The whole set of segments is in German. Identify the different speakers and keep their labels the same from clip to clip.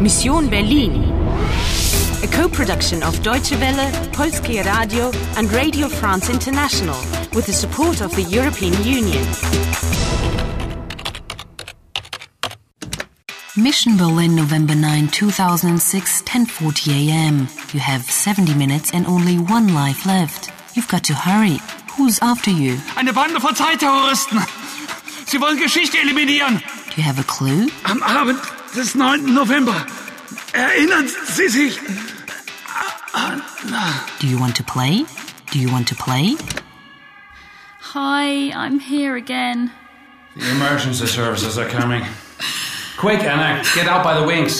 Speaker 1: Mission Berlin. A co-production of Deutsche Welle, Polskie Radio and Radio France International with the support of the European Union.
Speaker 2: Mission Berlin, November 9, 2006, 10:40 a.m. You have 70 minutes and only one life left. You've got to hurry. Who's after you?
Speaker 3: Eine Bande von Zeitterroristen. Sie wollen Geschichte eliminieren.
Speaker 2: Do you have a clue?
Speaker 3: Am Abend des 9. November. Erinnern Sie sich?
Speaker 2: Do you want to play? Do you want to play?
Speaker 4: Hi, I'm here again.
Speaker 5: The emergency services are coming. Quick, Anna, get out by the wings.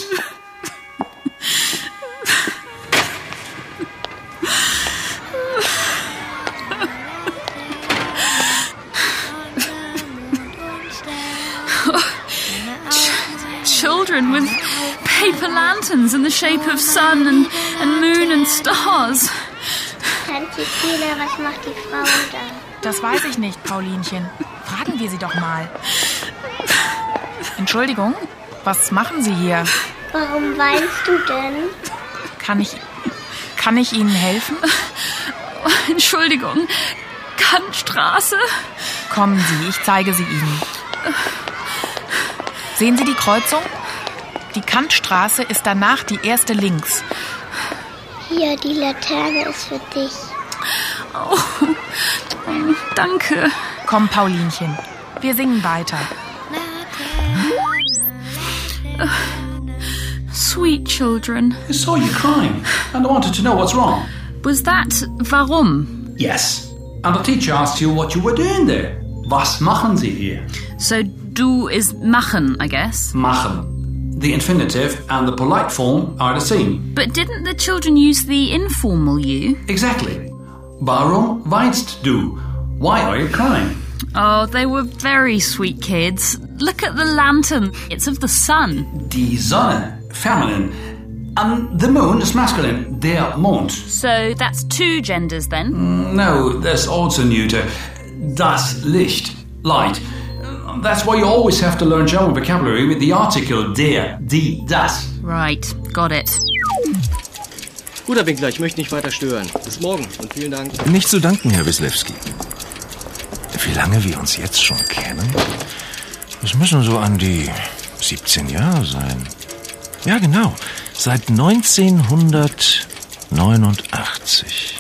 Speaker 4: Children with paper lanterns in the shape of sun and, and moon and stars.
Speaker 6: Tante Tina, was macht die Frau da?
Speaker 7: Das weiß ich nicht, Paulinchen. Fragen wir sie doch mal. Entschuldigung, was machen Sie hier?
Speaker 6: Warum weinst du denn?
Speaker 7: Kann ich, kann ich Ihnen helfen?
Speaker 4: Entschuldigung, Kantstraße?
Speaker 7: Kommen Sie, ich zeige sie Ihnen. Sehen Sie die Kreuzung? Die Kantstraße ist danach die erste links.
Speaker 6: Hier, die Laterne ist für dich.
Speaker 4: Oh, danke.
Speaker 7: Komm, Paulinchen, wir singen weiter.
Speaker 4: Sweet children.
Speaker 5: I saw you crying and I wanted to know what's wrong.
Speaker 4: Was that warum?
Speaker 5: Yes. And the teacher asked you what you were doing there. Was machen Sie hier?
Speaker 4: So du is machen, I guess.
Speaker 5: Machen. The infinitive and the polite form are the same.
Speaker 4: But didn't the children use the informal you?
Speaker 5: Exactly. Warum weinst du? Why are you crying?
Speaker 4: Oh, they were very sweet kids. Look at the lantern. It's of the sun.
Speaker 5: Die Sonne, feminine. And the moon is masculine. Der Mond.
Speaker 4: So that's two genders then.
Speaker 5: No, there's also neuter. Das Licht, light. That's why you always have to learn German vocabulary with the article der, die, das.
Speaker 4: Right, got it.
Speaker 8: Guter Winkler, ich möchte nicht weiter stören. Bis morgen und vielen Dank.
Speaker 9: Nicht zu danken, Herr Wislewski. Wie lange wir uns jetzt schon kennen? Es müssen so an die 17 Jahre sein. Ja, genau. Seit 1989.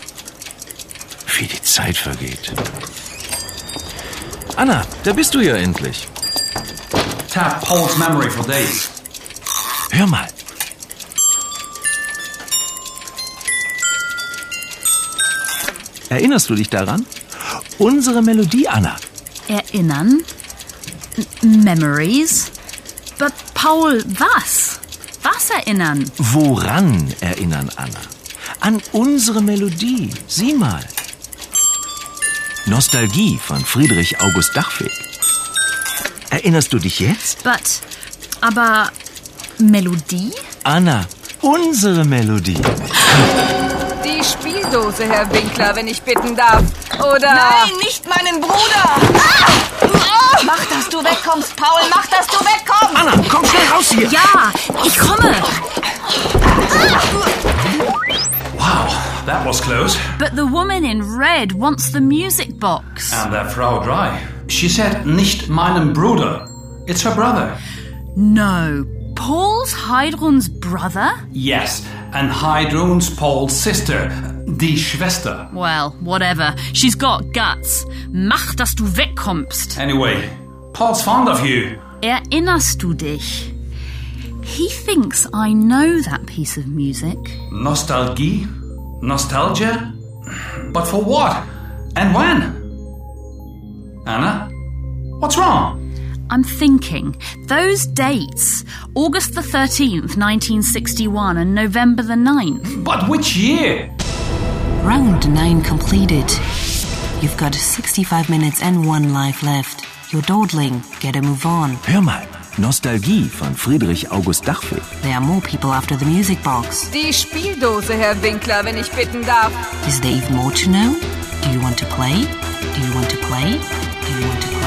Speaker 9: Wie die Zeit vergeht. Anna, da bist du ja endlich.
Speaker 5: Tap Paul's memory for days.
Speaker 9: Hör mal. Erinnerst du dich daran? Unsere Melodie, Anna.
Speaker 4: Erinnern. M memories. But Paul, was? Was erinnern?
Speaker 9: Woran erinnern, Anna? An unsere Melodie. Sieh mal. Nostalgie von Friedrich August Dachweg. Erinnerst du dich jetzt?
Speaker 4: But, aber Melodie?
Speaker 9: Anna, unsere Melodie.
Speaker 10: Die Spieldose, Herr Winkler, wenn ich bitten darf. Oder. Nein, nicht meinen Bruder! Mach, dass du wegkommst, Paul, mach, dass du wegkommst!
Speaker 9: Anna, komm schnell raus hier.
Speaker 4: Ja, ich komme.
Speaker 5: Wow, that was close.
Speaker 4: But the woman in red wants the music box.
Speaker 5: And that Frau Dry. She said, nicht meinem Bruder. It's her brother.
Speaker 4: No, Paul's Heidrun's brother?
Speaker 5: Yes, and Heidrun's Paul's sister, die Schwester.
Speaker 4: Well, whatever. She's got guts. Mach, dass du wegkommst.
Speaker 5: Anyway, Paul's fond of you.
Speaker 4: Erinnerst du dich? He thinks I know that piece of music.
Speaker 5: Nostalgie? Nostalgia? But for what? And when? Anna? What's wrong?
Speaker 4: I'm thinking. Those dates August the 13th, 1961, and November the 9th.
Speaker 5: But which year?
Speaker 2: Round 9 completed. You've got 65 minutes and one life left. You're dawdling. Get a move on.
Speaker 9: Hör mal. Nostalgie von Friedrich August Dachweg.
Speaker 2: There are more people after the music box.
Speaker 10: Die Spieldose, Herr Winkler, wenn ich bitten darf.
Speaker 2: Is there even more to know? Do you want to play? Do you want to play? Do you want to play?